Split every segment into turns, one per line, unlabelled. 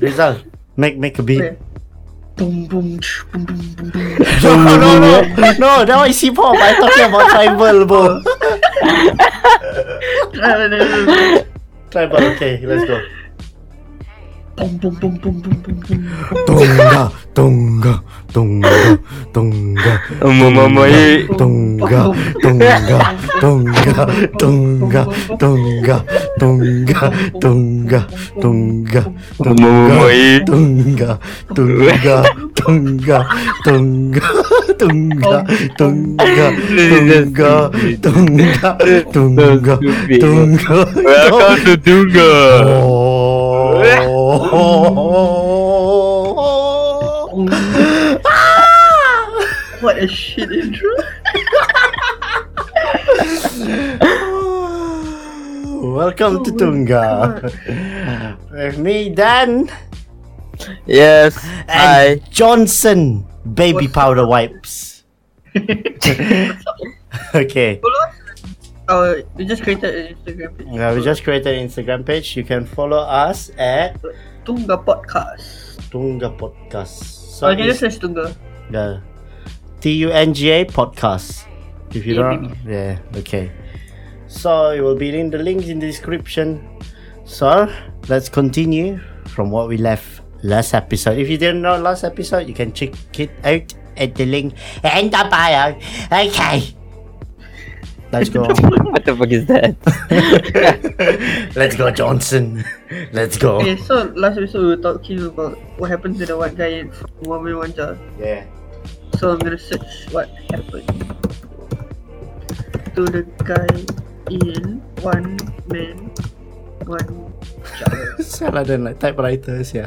Rizal, make make a beat.
Okay. Boom, boom, ch- boom, boom, boom, boom.
No, no, no, no. That one is hip hop. I'm talking about tribal, bro.
No, no, no, no.
Tribal. Okay, let's go.
Boom, boom, boom, boom, boom, boom, boom.
Tunga, tunga, tunga, tunga,
Mamamayı
tunga, tunga, tunga, tunga, tunga, tunga, tunga, tunga,
Mamamayı
tunga, tunga, tunga, tunga, tunga, tunga, tunga, tunga, tunga, tunga, tunga.
Welcome to Dunga
Oh.
Boom. What a shit intro.
Welcome to Tunga. With me, Dan
Yes
and
Hi
Johnson baby powder wipes. okay.
Oh, we just created an Instagram page.
Yeah, Uh, we just created an Instagram page. You can follow us at
Tunga Podcast.
Tunga Podcast. So
Or you can
it's
just search Tunga.
the T U N G A podcast. If you
Yeah,
don't, yeah, okay. So you will be in the links in the description. So let's continue from what we left last episode. If you didn't know last episode, you can check it out at the link in the bio. Okay. Let's go.
What the fuck is that?
let's go, Johnson. Let's go.
Okay, so last episode we were talking about what happened to the white guy in One Way One Jar.
Yeah.
So I'm gonna search what happened to the guy in One Man One Jar.
Salah dan like typewriters yeah.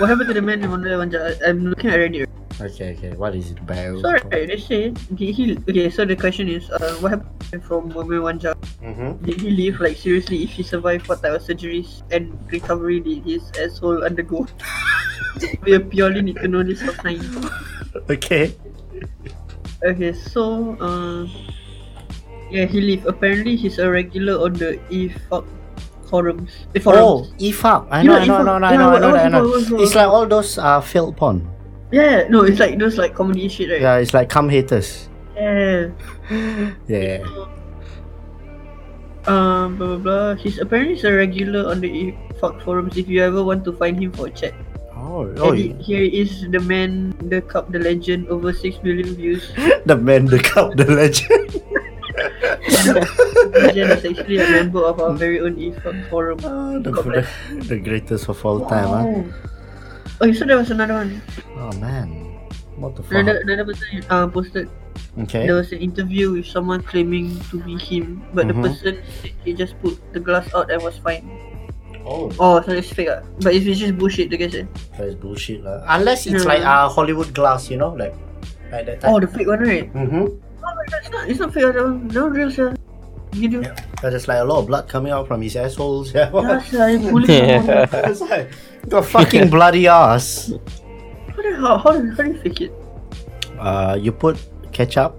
what happened to the man in One Man One Jar? I- I'm looking at Reddit.
Okay, okay. What is it about?
So right, they say did he? Okay, so the question is, uh, what happened from One Man One Jar?
Mm-hmm.
Did he live? Like seriously, if he survived, what type of surgeries and recovery did his asshole undergo? we purely need to know this for science.
Okay.
Okay, so uh, yeah, he live. Apparently, he's a regular on the E fuck forums. The
Oh,
forums.
EFAP. I know,
You know
I know, E I know,
EFAP?
I know, I know,
Yeah,
I know.
what- what-
It's like all those uh, failed porn.
Yeah, no, it's like those like comedy shit, right?
Yeah, it's like cum haters.
Yeah.
Yeah.
Um, blah blah blah. He's apparently he's a regular on the E fuck forums. If you ever want to find him for a chat,
Oh,
oh,
oh yeah.
here is the man, the cup, the legend. Over six million views.
the man, the cup, the legend.
The legend is actually a member of our very own E fuck forum.
Oh, the, the, the greatest of all time. Huh?
Oh, Okay, so there was another one.
Oh man, what the fuck?
Another, another person uh, posted
Okay.
There was an interview with someone claiming to be him,
Mhm.
but the person said he just put the glass out and was fine.
Oh,
Oh, so it's fake. Ah, But if it's just bullshit, the eh. guy said.
that's bullshit lah. Unless it's
Yeah.
like uh, Hollywood glass, you know, like like that
Oh,
type.
the fake one, right?
Mm-hmm.
Oh my god, it's not, it's not fake. ah, That one, that one real, sir. You do.
Yeah. Cause there's like a lot of blood coming out from his assholes. Yeah.
Yeah, sir, I'm bullying someone.
it's like the fucking bloody ass.
How the hell? How do how do you fake it?
Uh, you put ketchup.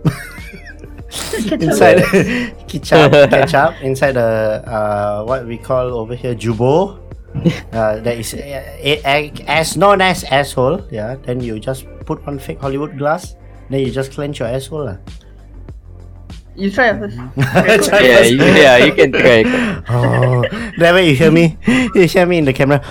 Ketchup.
inside ketchup, ketchup inside the uh, what we call over here jubo. Uh, that is uh, a- a- as known as asshole. Yeah. Then you just put one fake Hollywood glass. Then you just clench your asshole lah.
You try it first.
Try
Yeah
first.
you, yeah you can try
Oh, that way you hear me. You hear me in the camera.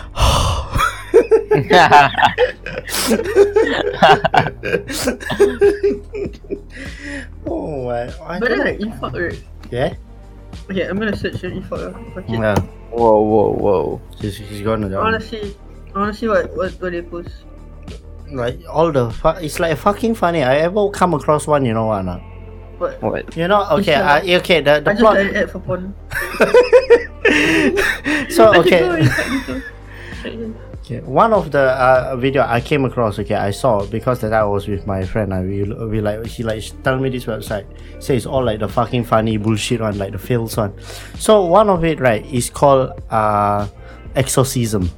oh my! I
But then
don't-
like info, right?
yeah.
Okay, I'm gonna search an info. ah, Fuck it.
Yeah.
Whoa whoa whoa
She's, she's gonna
I wanna see. I wanna see what what, what they post.
like all the fu- it's like fucking funny. I ever come across one, you know what? Not?
What?
What?
You know, okay,
It's
uh,
like-
okay, the, the
I just
plot.
an ad for porn.
so
I
okay,
think, oh, it's like this, oh.
okay, one of the uh, video I came across, okay, I saw because that I was with my friend. I we, we like he like tell me this website say it's all like the fucking funny bullshit one, like the fails one. So one of it right is called uh, exorcism.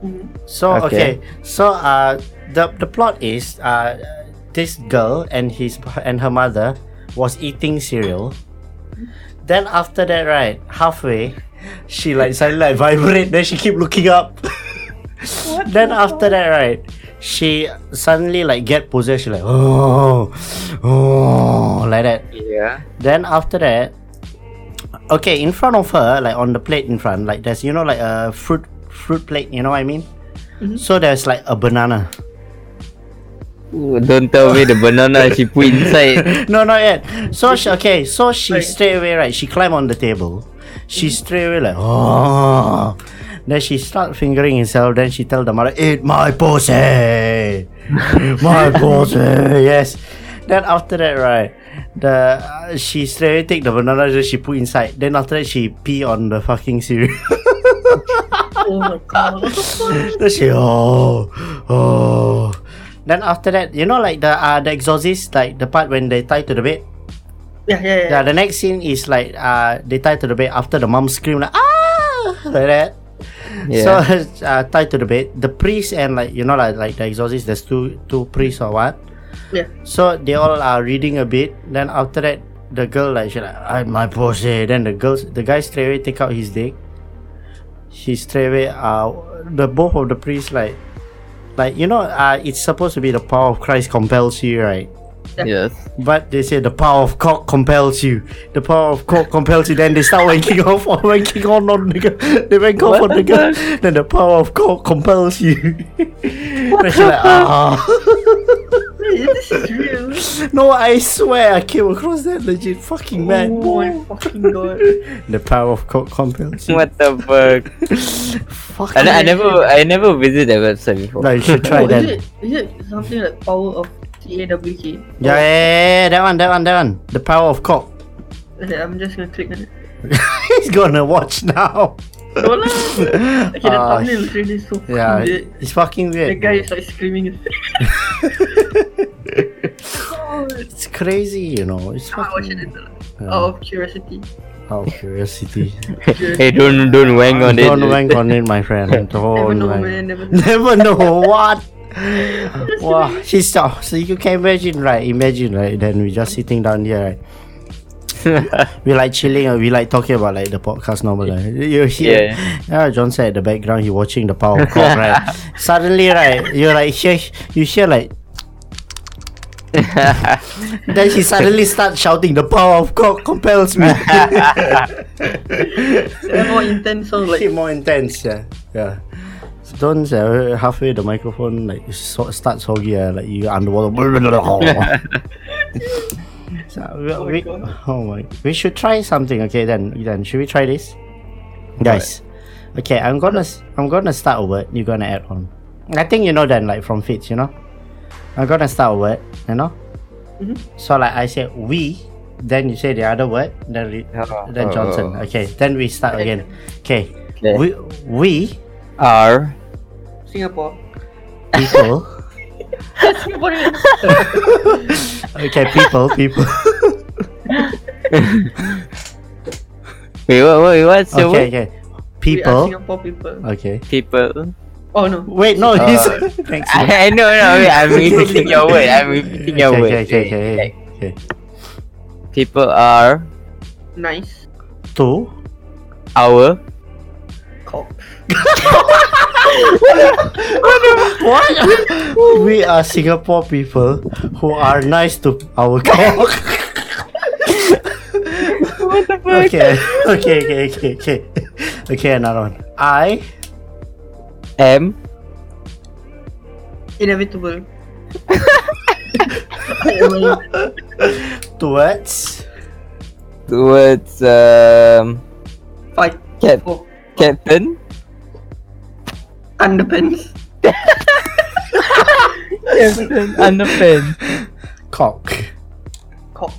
Mhm.
So okay.
Okay.
So uh the the plot is uh this girl and his and her mother was eating cereal. Then after that right, halfway she like suddenly like vibrate. Then she keep looking up.
What
then
the
after that, right? She suddenly like get possessed. She like oh, oh, like that.
Yeah.
Then after that, okay, in front of her, like on the plate in front, like there's you know like a fruit fruit plate. You know what I mean? So there's like a banana.
Ooh, don't tell me the banana she put inside.
no, not yet. So she, okay, so she
Right.
straight away right. She climb on the table. She straight away like oh. Then she start fingering herself. Then she tell the mother, "Eat my pussy, my pussy." Yes. Then after that right, the uh, she straight away take the banana that she put inside. Then after that she pee on the fucking cereal.
Oh my god.
then she oh oh. Then after that, you know like the uh, the exorcist like the part when they tie to the bed.
yeah, yeah, yeah.
Yeah, the next scene is like uh they tie to the bed after the mom scream like ah like that.
Yeah.
So uh, tied to the bed, the priest and like you know like like the exorcist, there's two two priests or what.
Yeah.
So they all are reading a bit. Then after that, the girl like she like I my pussy. Then the girls the guy straight away take out his dick. She straight away uh the both of the priests like like you know uh it's supposed to be the power of Christ compels you right.
yes.
But they say the power of cock compels you. The power of cock compels you. Then they start wanking off or wanking on on the girl. They wank off on the girl. Then the power of cock compels you. then she like, ah.
this is real.
No, I swear I came across that legit fucking man.
Oh my fucking god.
The power of cock compels you.
What the fuck?
Fuck.
I, I never I never visited that website before.
No, you should try
Oh,
that.
is, it, is it something like power of TAWK?
Yeah, yeah, yeah, yeah, that one, that one, that one. The power of cock.
Okay, I'm just gonna click on it.
He's gonna watch now.
No lah. Okay, the
Ah,
thumbnail is really so fucking
Yeah,
weird.
it's fucking
The
weird.
guy is like screaming.
It's crazy, you know. It's
I watch it
fucking.
later.
Yeah.
Out of curiosity.
Out of curiosity.
hey, don't don't wang on it.
Don't wank on it, my friend.
Never
Don't
know,
wank.
man. Never know.
Never know what. wow, she's so, so you can imagine, right? Imagine, right? Then we just sitting down here, right? We like chilling and we like talking about like the podcast normal. Right? You hear, yeah. John said at the background he watching the power of God, right? Suddenly, right, you like hear, you hear like then she suddenly starts shouting, "The power of God compels me."
That more intense sound
Keep
like.
more intense, yeah. Yeah. Don't uh, halfway the microphone like so, starts soggy, uh, like you underwater. so, we,
Oh my
we,
God.
oh my! We should try something, okay? Then, then should we try this, guys? Okay, I'm gonna s- I'm gonna start a word. You're gonna add on. I think you know then, like from Fitz, you know. I'm gonna start a word, you know.
Mhm.
So like I say we, then you say the other word, then re-
Oh.
then Johnson. Okay, then we start again. Okay.
Okay.
We we
R
Singapore.
people.
Singaporean.
okay, people, people.
Wait, what, wait, what's your
Okay,
word?
okay.
We are
People.
Singapore people.
Okay.
People.
Oh no.
Wait, no, he's
Uh,
thanks.
I know, no, wait, I'm repeating your word. I'm repeating your
okay,
word.
okay, okay, okay, okay. okay.
People are
Nice.
Two.
our.
Cock.
What? we are Singapore people who are nice to our cock.
What the fuck?
okay, okay, okay, okay, okay. Okay, another one. I
M.
Inevitable. Inevitable.
towards
Towards um
Fight.
cap
Oh.
captain.
Underpants.
Captain underpants.
cock.
Cock.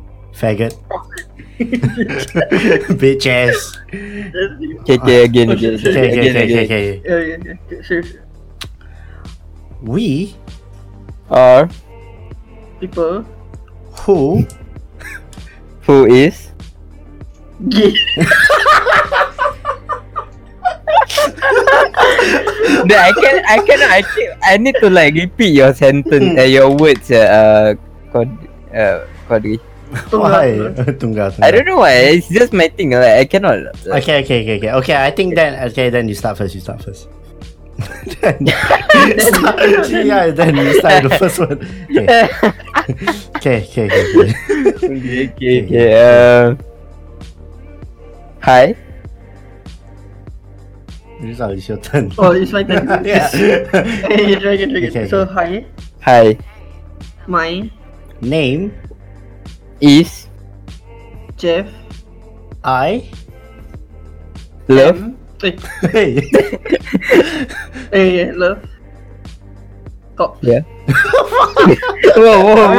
Faggot. Bitch ass.
Okay, okay, again,
Oh,
again,
shit, shit.
Okay, okay,
again,
okay, okay,
again.
okay.
yeah, yeah, yeah. Seriously.
We
R.
People.
who
Who is?
Gay.
No, I can I cannot I can I need
Hmm.
to like repeat your sentence uh, your words uh, uh, Cod, uh Codri.
Why?
Tunggal.
tunggal, tunggal.
I don't know why. It's just my thing. Like, I cannot. Like,
Okay, okay, okay, okay. Okay, I think then okay, then you start first. You start first. then, start, yeah, then you start the first one. Okay, okay, okay, okay. okay.
okay, okay, okay. Uh, hi.
Rizal, it's your turn.
Oh, it's my turn.
yeah.
Hey, dragon, dragon.
Okay,
So hi,
Hi.
my
Name
Is
Jeff.
I.
love
M. Eh,
Hey.
eh, love. Cock.
Yeah. whoa, whoa, whoa.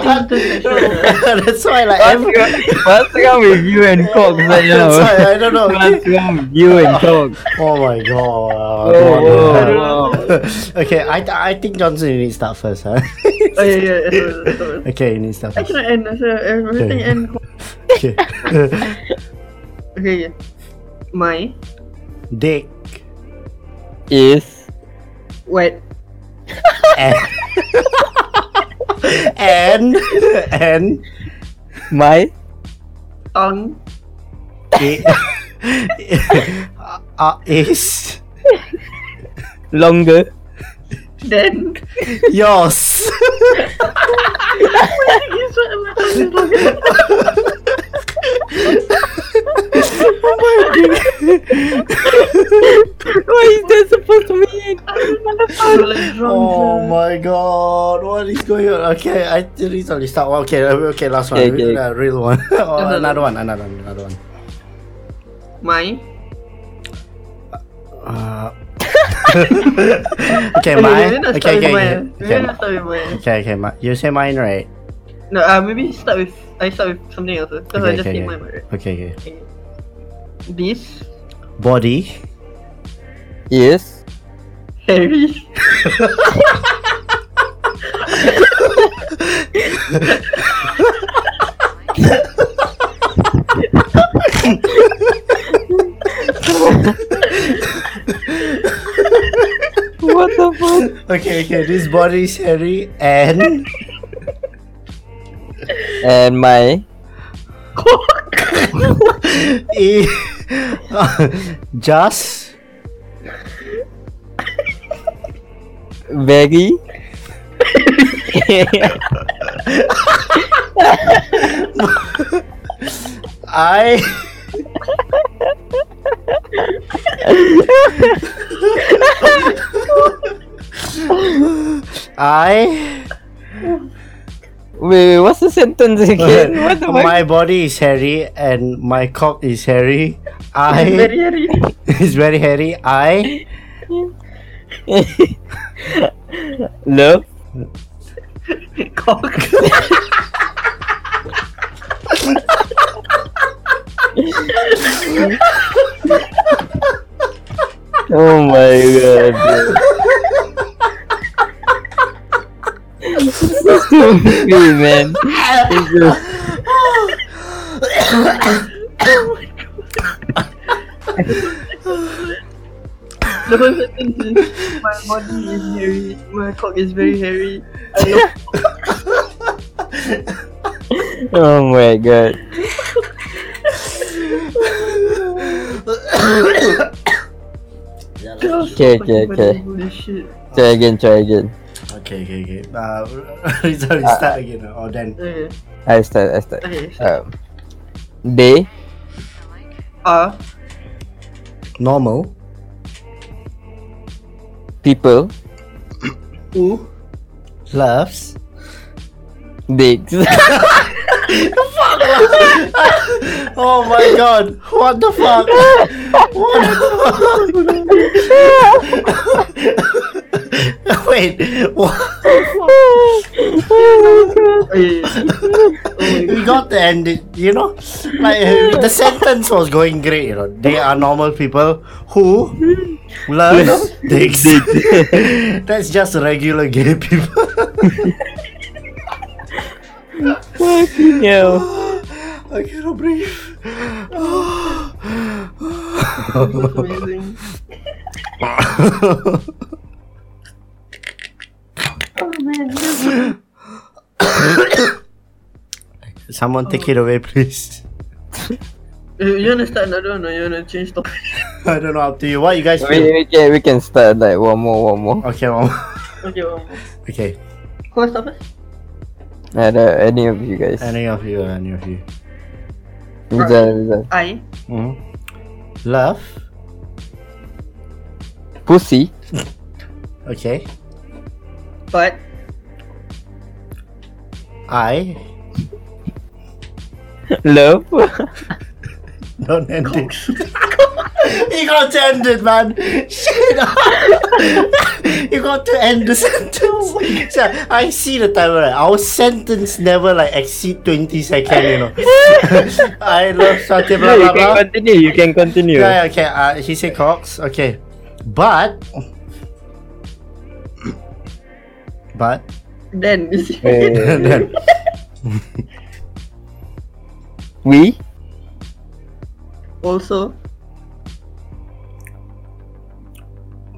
Everything turn sexual.
That's why like
What's
every.
wrong, what's wrong with you and Cox right now?
That's why I don't know.
What's wrong with you and Cox?
Oh my god.
Oh, I
Whoa, whoa,
don't know.
whoa.
okay, I I think Johnson you need to start first, huh?
Oh, yeah, yeah, yeah, sorry, sorry.
okay, you need to start
I
first.
cannot end. so Everything
Okay.
end.
Okay.
Okay, yeah. My
Dick.
Is
wet
And and, and
my
tongue
it, uh, is
longer
then
yours.
It's what I'm- I'm looking at.
What is that supposed to mean?
I'm like drunk,
Oh
sir.
my god, what is going on? Okay, I really sorry. Start. one. Okay, uh, okay, last one.
Okay, okay.
Uh, real one. or
no, no.
another one, another one, another one.
My
Uh, okay, mine.
Maybe let's
Okay,
start
okay, okay,
with mine. Maybe
okay,
let's start with mine.
okay, okay. mi- You say mine, right?
No, uh, maybe start with I start with something else because I
Okay,
just
okay, okay.
did mine. Right?
Okay, okay.
This
Body.
Is
Harry.
what the fuck?
Okay, okay. This body is hairy and
And my
it, just
very
I. I
Wait, wait, what's the sentence again? What the fuck?
my body is hairy and my cock is hairy. I
Very Harry.
is very hairy. I
Love
Cock.
Oh my god. This is stupid, man. This is-
The whole sentence is my body is hairy, my cock is very hairy. I love
Oh my god.
girls.
Okay, okay, okay.
Holy shit.
Try again, try again.
okay okay okay. Uh, sorry, start again. Or then
Okay,
I start, I start.
okay. so,
Um, they
Are
normal
people
who
loves.
dicks.
Oh my god! What the fuck? What the fuck? Wait, what?
Okay. Oh my
we got the end. it, You know, like uh, the sentence was going great. You know, they are normal people who love dicks. That's just regular gay people.
Fucking hell.
I cannot breathe.
god, amazing.
Oh, Someone take it away, please.
You, you wanna start another one or you wanna change topic?
I don't know. Up to you. What you guys
We,
feel?
we can we can start like one more one more.
Okay, mom.
Okay, one more.
Okay.
Who wants to start first?
And, uh, any of you guys?
Any of you? Any of you?
Rizal, Rizal.
I.
hmm Love.
Pussy.
Okay.
But
I.
Love.
Don't end it. you got to end it, man. Shit. you got to end the sentence. So, I see the timer. Right? Our sentence never like exceed twenty second. You know. I love Satya. Blah
you
blah
can
blah.
continue. You can continue.
Yeah, yeah, okay. Uh, he said Cox. Okay, but but
then is it
Uh,
then
we
also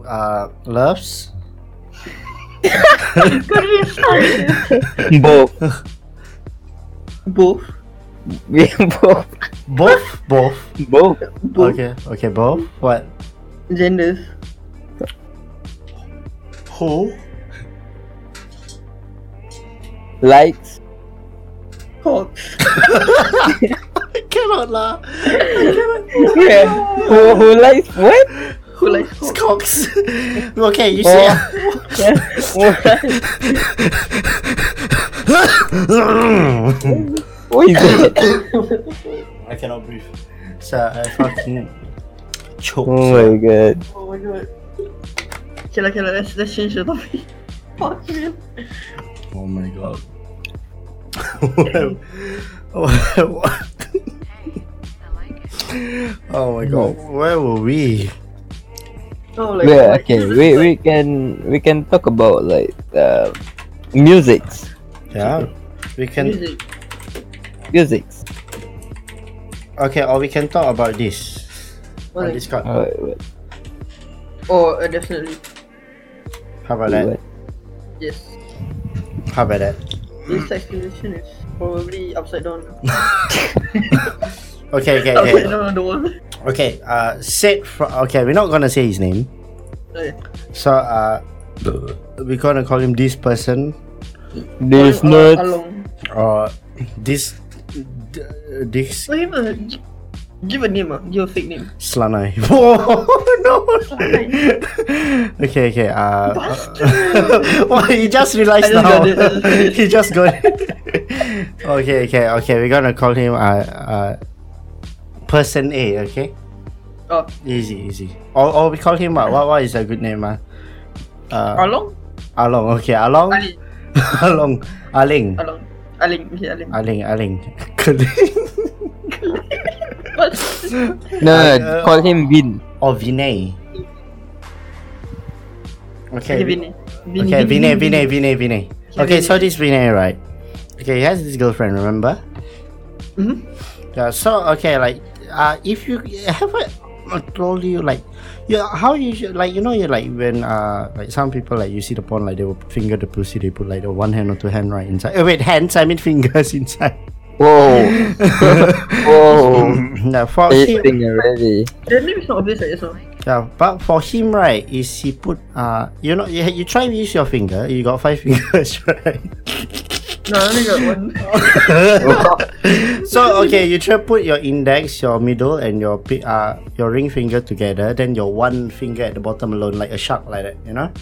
uh, loves
both.
both
We both.
both both.
Both.
both
Okay, okay, both. What?
genders.
Who?
Likes.
Cocks.
I cannot lah.
Yeah. who, who likes what?
Who likes
It's
cocks?
Cox. okay, you say.
Oh. Yeah. what is that?
I cannot breathe. So I fucking choke.
Oh my god.
Oh my god. Okay lah, okay lah. Let's, let's change the topic. Fuck you.
Oh my god. what? oh my god. Where were we?
Oh, like,
Yeah,
like-
okay. We we can we can talk about like uh, musics.
Yeah. We can
Music.
Musics.
okay, or we can talk about this
Or
on
like,
Discord.
Uh, what,
oh, uh, definitely.
How about that?
what?
Yes.
How about that?
This explanation is probably upside down.
Okay, okay, okay.
Upside down on the wall.
Okay, uh said fr- okay, we're not gonna say his name.
Okay.
So uh we're gonna call him this person
This
All- all-
nuts.
along.
or this d- this
So him, uh, gi- give a name, ah. give a fake name.
Slanai. Whoa, no.
Slanai.
okay, okay. Uh,
Bastard.
well, he just realized
I just
now.
got it, I just got it.
he just got it. okay, okay, okay. We're gonna call him uh, uh, person A. Okay,
Oh,
easy, easy. Or, or we call him uh, what? What is a good name? Uh, uh
Along?
Along. Okay, Along.
Ali.
Along. Aling.
Along. Aling. Okay, Aling.
Aling. Aling. Keling.
What?
No, no,
Uh,
call him Vin.
or Vinay. Okay.
Okay,
we-
Vinay.
Okay, Vinay, Vinay, Vinay, Vinay.
Yeah,
Okay, so
Vinay.
this Vinay, right? Okay, he has this girlfriend, remember?
Mhm.
Yeah, so, okay, like, uh, if you have I uh, told you, like, yeah, how you should, like, you know, you like when, uh, like, some people, like, you see the porn, like, they will finger the pussy, they put, like, the one hand or two hand right inside. Oh, wait, hands, I mean fingers inside.
Whoa. Whoa.
yeah, for him,
Tasting already.
The name is not obvious ah. like this one.
yeah, but for him, right, is he put, uh, you know, you, you try to use your finger, you got five fingers, right?
No, I only got one.
so okay, you try put your index, your middle, and your pi- uh your ring finger together. Then your one finger at the bottom alone, like a shark, like that. You know,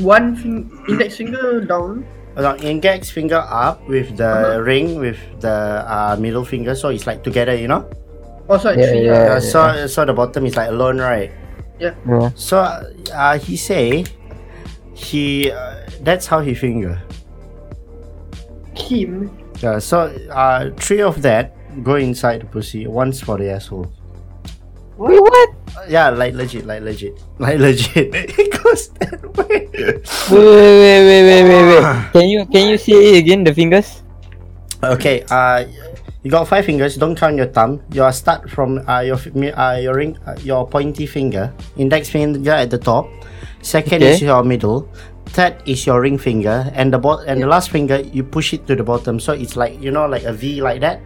One fin- index finger down.
Uh, no, index finger up with the ring with the uh, middle finger, so it's like together. You know,
Oh, sorry,
Yeah,
three.
yeah.
Yeah.
Uh, so so the bottom is like alone, right?
Yeah.
So uh, he say he uh, that's how he finger.
Kim.
Yeah, so uh, three of that go inside the pussy. One's for the asshole.
Wait, what?
Yeah, like legit, like legit, like legit. it goes that way.
Wait, wait, wait, wait, wait, wait. Can you can you see it again the fingers?
Okay, uh, you got five fingers. Don't count your thumb. You are start from uh, your fi- mi- uh, your ring, uh, your pointy finger, index finger at the top. Second is
Okay.
your middle. third is your ring finger, and the bot and the last finger you push it to the bottom, so it's like you know like a V like that.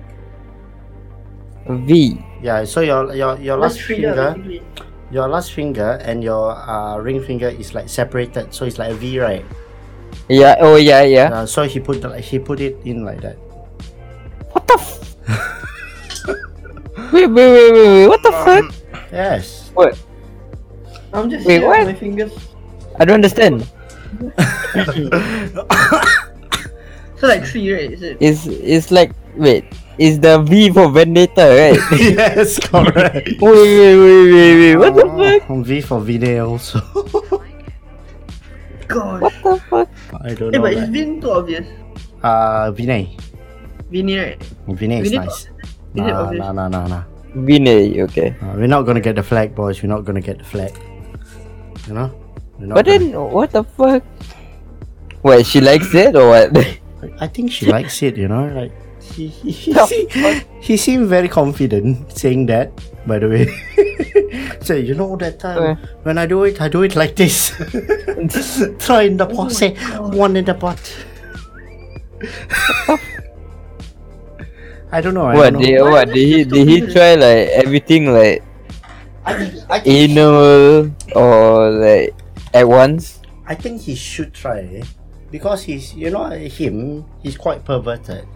V.
Yeah. So your your your last finger,
uh, basically.
your last finger and your uh, ring finger is like separated, so it's like a V, right?
Yeah. Oh yeah yeah.
Uh, so he put the, he put it in like that.
What the? F- wait, wait wait wait wait. What the fuck?
Yes.
What?
I'm just
Wait,
here,
what?
my fingers.
I don't understand.
So like three, right? Is it?
It's it's like wait. Is the V for vendetta right?
yes. Correct.
wait wait wait wait wait. What the fuck?
Oh, V for video. So
God.
What the fuck?
I don't
Eh,
know.
but it's
That.
been too obvious.
Uh, Vinay.
Vinny, right?
Vinay is
Vinay
nice.
is it
Nah,
obvious?
nah, nah, nah, nah.
Vinay. Okay.
Uh, we're not gonna get the flag, boys. We're not gonna get the flag. You know. We're not
But
gonna-
then what the fuck? Wait, she likes it or what?
I think she likes it. You know, like he he, he, se- he seemed very confident saying that. By the way, so you know that time when I do it, I do it like this. Try in the pot, say
God.
one in the pot. I don't know. I
what
don't know.
did
Why
what
is
did
it
he
so
did he
weird?
try like everything like
I think, I, think,
anal or like at once?
I think he should try because he's you know him he's quite perverted.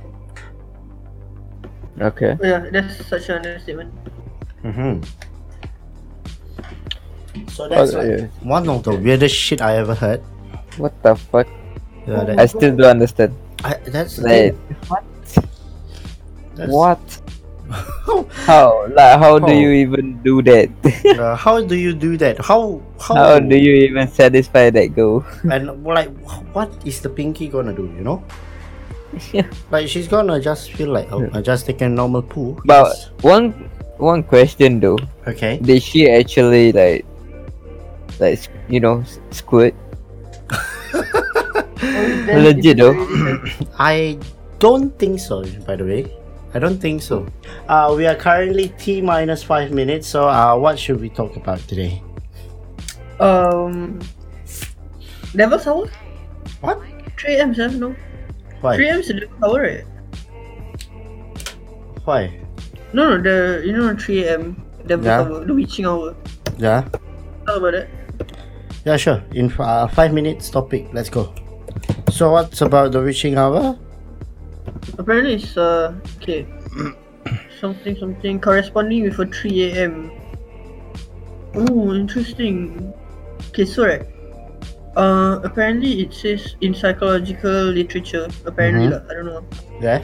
Okay.
Oh, Yeah, that's such an understatement.
Mm-hmm. So that's
Oh,
like
yeah.
one of the weirdest shit I ever heard.
What the fuck?
Yeah,
I
that,
still don't understand.
I, that's the
Like
thing.
what?
That's-
What? How? Like how do
How?
you even do that?
uh, how do you do that? How how,
how do you even satisfy that goal?
and like what is the pinky gonna do? You know. Like she's gonna just feel like oh, I just take a normal poo.
But
Yes.
one one question though.
okay.
Did she actually like like s- you know s- squirt? Oh, Legit though.
I don't think so, by the way. I don't think so. Uh, we are currently T minus five minutes, so uh, what should we talk about today?
Um. Devil's Hour?
What?
3 M's, huh? no.
Why?
3 M's is Devil's Hour, right?
Why?
No, no, the. You know, 3 M. Devil's
Yeah.
Hour, the Witching Hour.
Yeah.
Talk about that.
Yeah, sure. In uh, five minutes topic, let's go. So what's about the witching hour?
Apparently, it's. uh Okay. something, something corresponding with a 3 a.m. Oh, interesting. Okay, so right. Uh, apparently it says in psychological literature, apparently
Mhm.
lah, I don't know.
Yeah.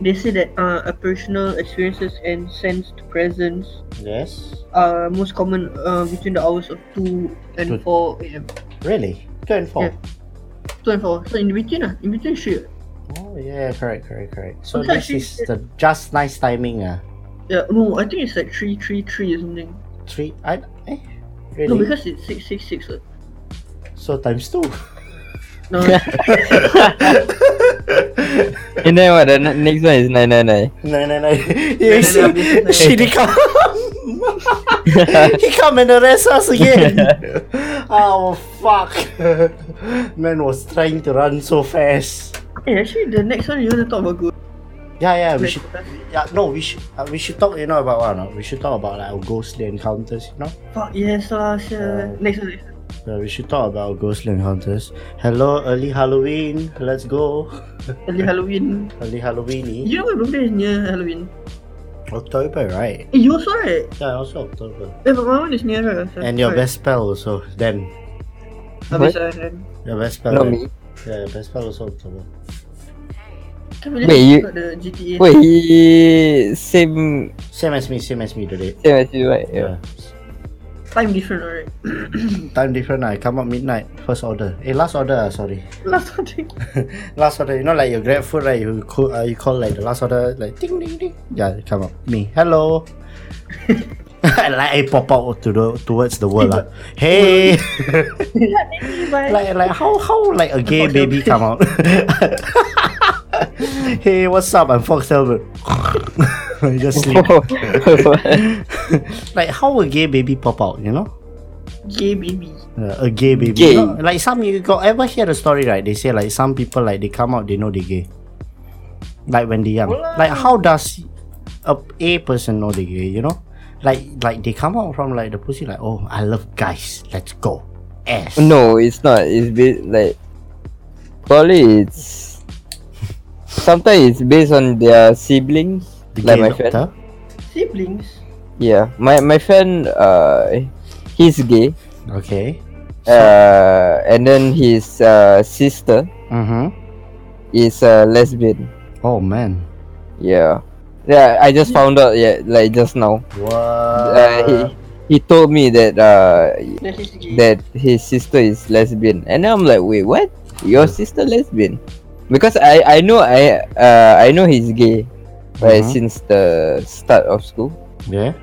They say that uh, personal experiences and sensed presence
Yes.
are most common uh, between the hours of 2 and
Two-
4 a.m.
Really? Two and four.
Yeah. 2 and 4. So in between, uh, in between shit.
Oh yeah, correct, correct, correct. So
Okay,
this
she-
is the just nice timing. Uh.
Yeah, no, I think it's like 3, 3, 3 or something.
three. I eh,
No,
really.
because it's 6, 6, 6. uh.
so times two.
No,
And then what? The n- next one is nine nine nine.
No, no, no. You see,
no, this is-
she did come. he come and arrest us again. oh fuck! Man was trying to run so fast.
Hey, actually, the next one you want to talk about good.
Yeah, yeah, we should. Yeah, no, we should. Uh, we should talk. You know about what? No? We should talk about like, our ghostly encounters. You know.
Fuck yes lah, sure.
Yeah.
Next one, next one.
Yeah, we should talk about our ghostly encounters. Hello, early Halloween. Let's go.
Early Halloween.
Early Halloween.
You know my birthday is near Halloween.
October, right?
Eh, you also right?
Yeah, also October.
Eh, but my one is nearer. So
And your best pal also then.
Habis lah kan.
Your best pal.
Not
then.
me.
Yeah, your best pal also October.
Can't believe
Wait,
it's
you-
not the GTA.
Wait, he same
Same as me, same as me today.
same as you, right? Yeah.
Time different alright.
Time different. I come up midnight. First order. Eh, last order. ah, Sorry.
Last one thing.
Last order. You know, like your grab food, right? You call, uh, you call like the last order, like ding ding ding. Yeah, it come up. Me. Hello. like I pop out to the towards the world. ah. Hey.
Bye.
like like how how like a gay baby come out. hey, what's up? I'm Fox Albert. You just sleep.
Oh.
like how a gay baby pop out? You know?
Gay baby.
Uh, a gay baby.
Gay.
You know, like some you got ever hear a story right? They say like some people like they come out they know they gay. Like when they young. Like how does a a person know they gay? You know, like like they come out from like the pussy like oh I love guys let's go. Ass.
No, it's not. It's ba- like probably it's sometimes it's based on their siblings.
The
like
gay
my friend.
doctor.
Siblings.
Yeah, my my friend uh he's gay.
Okay.
Uh, and then his uh sister
Mm-hmm.
is a lesbian.
Oh man.
Yeah. Yeah, I just found out yeah, like just now.
What?
Uh, he he told me that uh
That is gay.
that his sister is lesbian, and then I'm like, wait, what? Your sister lesbian? Because I I know I uh I know he's gay, right?
Mhm.
Since the start of school,
yeah.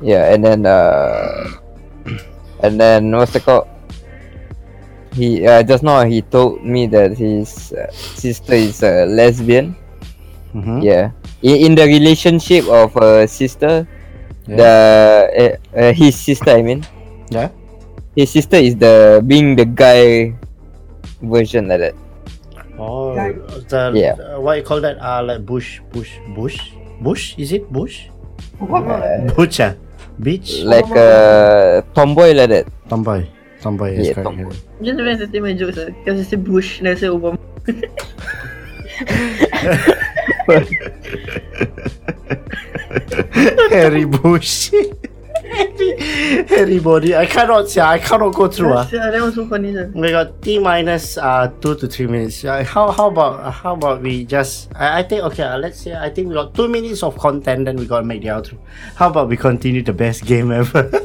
yeah, and then uh, and then what's it called? He uh, just now he told me that his uh, sister is a lesbian.
Mm-hmm.
Yeah, in, in the relationship of a sister, the uh, uh, his sister I mean.
Yeah.
His sister is the being the guy version like that.
Oh,
Like-
the
Yeah.
uh, what you call that? Uh, like bush, bush, bush, bush. Is it bush?
Obama.
Butcher, beach,
Like a tomboy like that.
tomboy, tomboy. Yes,
Yeah,
correct,
tomboy.
correct.
Just the best my jokes ah. Because I say Bush and I say Obama.
Harry Bush. Harry- Harry body. I cannot say. I cannot go through. ah.
Yeah, that was so funny sir.
We got T minus uh two to three minutes. Uh, how how about uh, how about we just I, I think okay uh, let's say I think we got two minutes of content then we gotta make the outro. How about we continue the best game ever?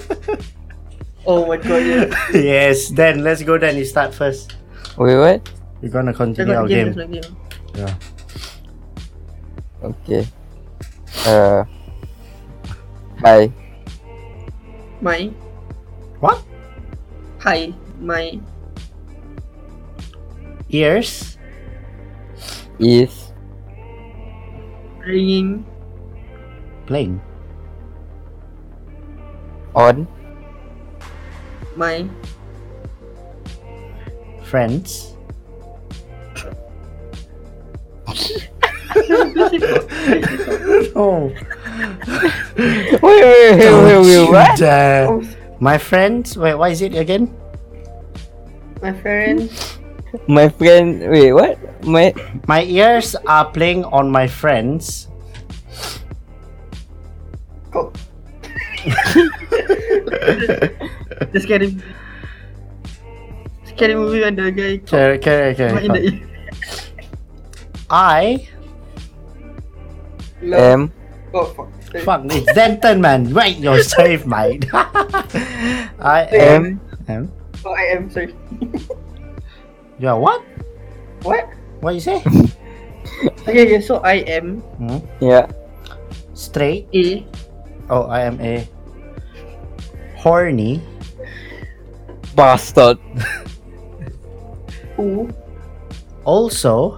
Oh my god, yeah.
yes, then let's go then you start first.
Wait what?
We're gonna
That's
continue
not
our
game, lah,
game.
that's not game.
Yeah.
Okay. Uh Hi.
My
What?
hi. My
Ears?
Is
ringing
Playing.
on
my
Friends. no.
Wait wait wait wait,
Don't
wait
you
what?
dare. Oh,
Oh,
My friends? Wait, what is it again?
my friends
My friend wait what? My
My ears are playing on my friends.
the scary scary
Oh.
movie when the guy
Okay, okay,
in the
okay. I
M
Oh fuck.
fuck it's Denton man. Wait yourself, mate. I am
M
am.
Oh I am sorry.
You are what?
What?
What you say?
Okay, okay, so I am
Hmm?
yeah.
Straight.
A
Oh, I am a horny
Bastard.
U
also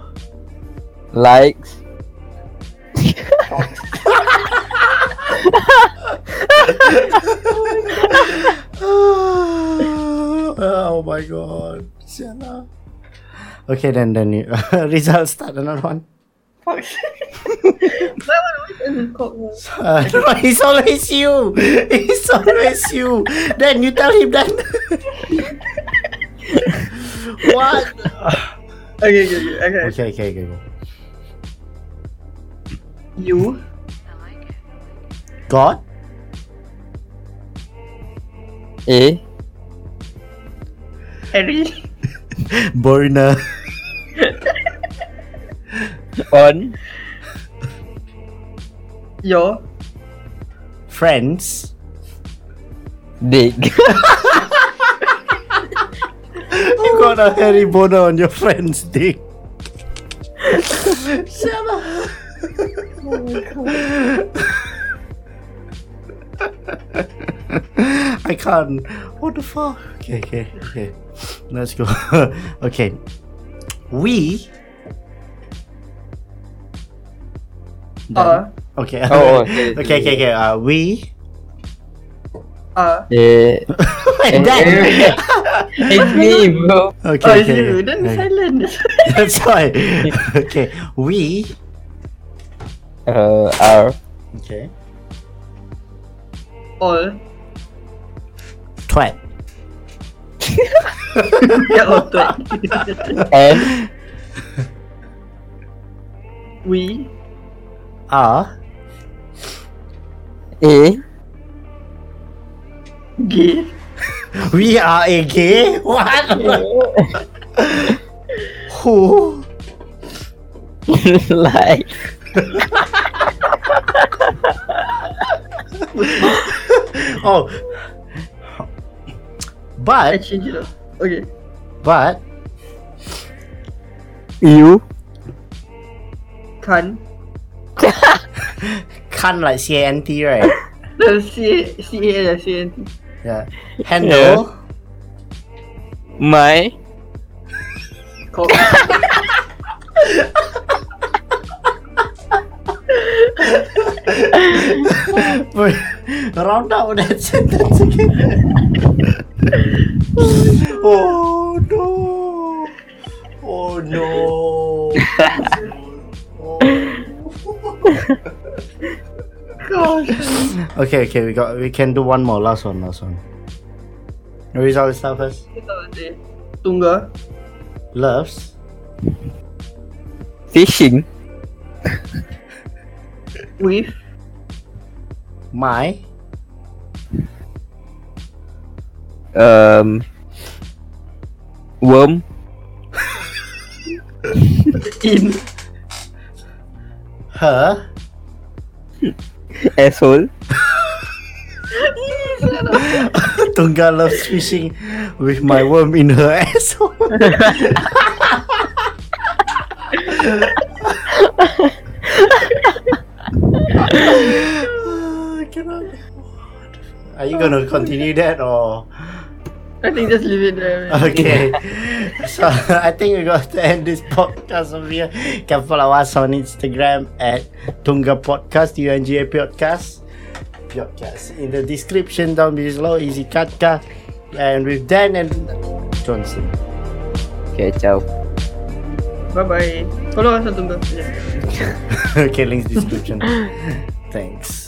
Likes
oh my god. Siala. Okay, then then you result start another one.
Fuck. Why would I always cock?
Uh, it's always you. It's always you. Then you tell him that. what?
Okay, okay, okay, okay.
Okay, okay, okay. Go.
You
God,
A
Harry
burner,
on
your
friends.
dick.
You got a hairy boner on your friend's dick. Shut up. I can't. What the fuck? Okay, okay, okay. Let's go. okay. We.
uh
okay.
Oh, okay.
okay, okay, okay. Uh, we
Ah.
Eh, eh,
and then,
eh, it's me, bro.
okay,
Oh, it's
okay,
you. Then
okay.
silent.
That's why. okay, we.
Uh, R.
Okay.
All.
Twat.
Yeah, all twat.
N.
we.
Are
A.
Gay.
we are a gay? What? Who?
like.
Oh.
I
But
change it up. Okay.
but
You.
Can.
can like C A N T right?
The C C A L C N T.
Yeah. Handle.
My.
Cock.
Round out that sentence again. oh no! Oh no!
Oh, Gosh.
okay, okay, we got. We can do one more. Last one. Last one. Rizal start first.
Tungga.
Loves.
Fishing.
With.
My
Um. Worm.
In.
her
Asshole.
Tunga loves fishing with my worm in her asshole. I cannot. Are you gonna continue that or
I think just leave it there. man.
okay? so I think we got to end this podcast over here. You can follow us on Instagram at Tunga Podcast, U N G A Podcast. Podcast in the description down below. Easy Katka, and with Dan and Johnson.
Okay, ciao.
Bye bye. Follow us on Tungga. Yeah.
okay, links description. Thanks.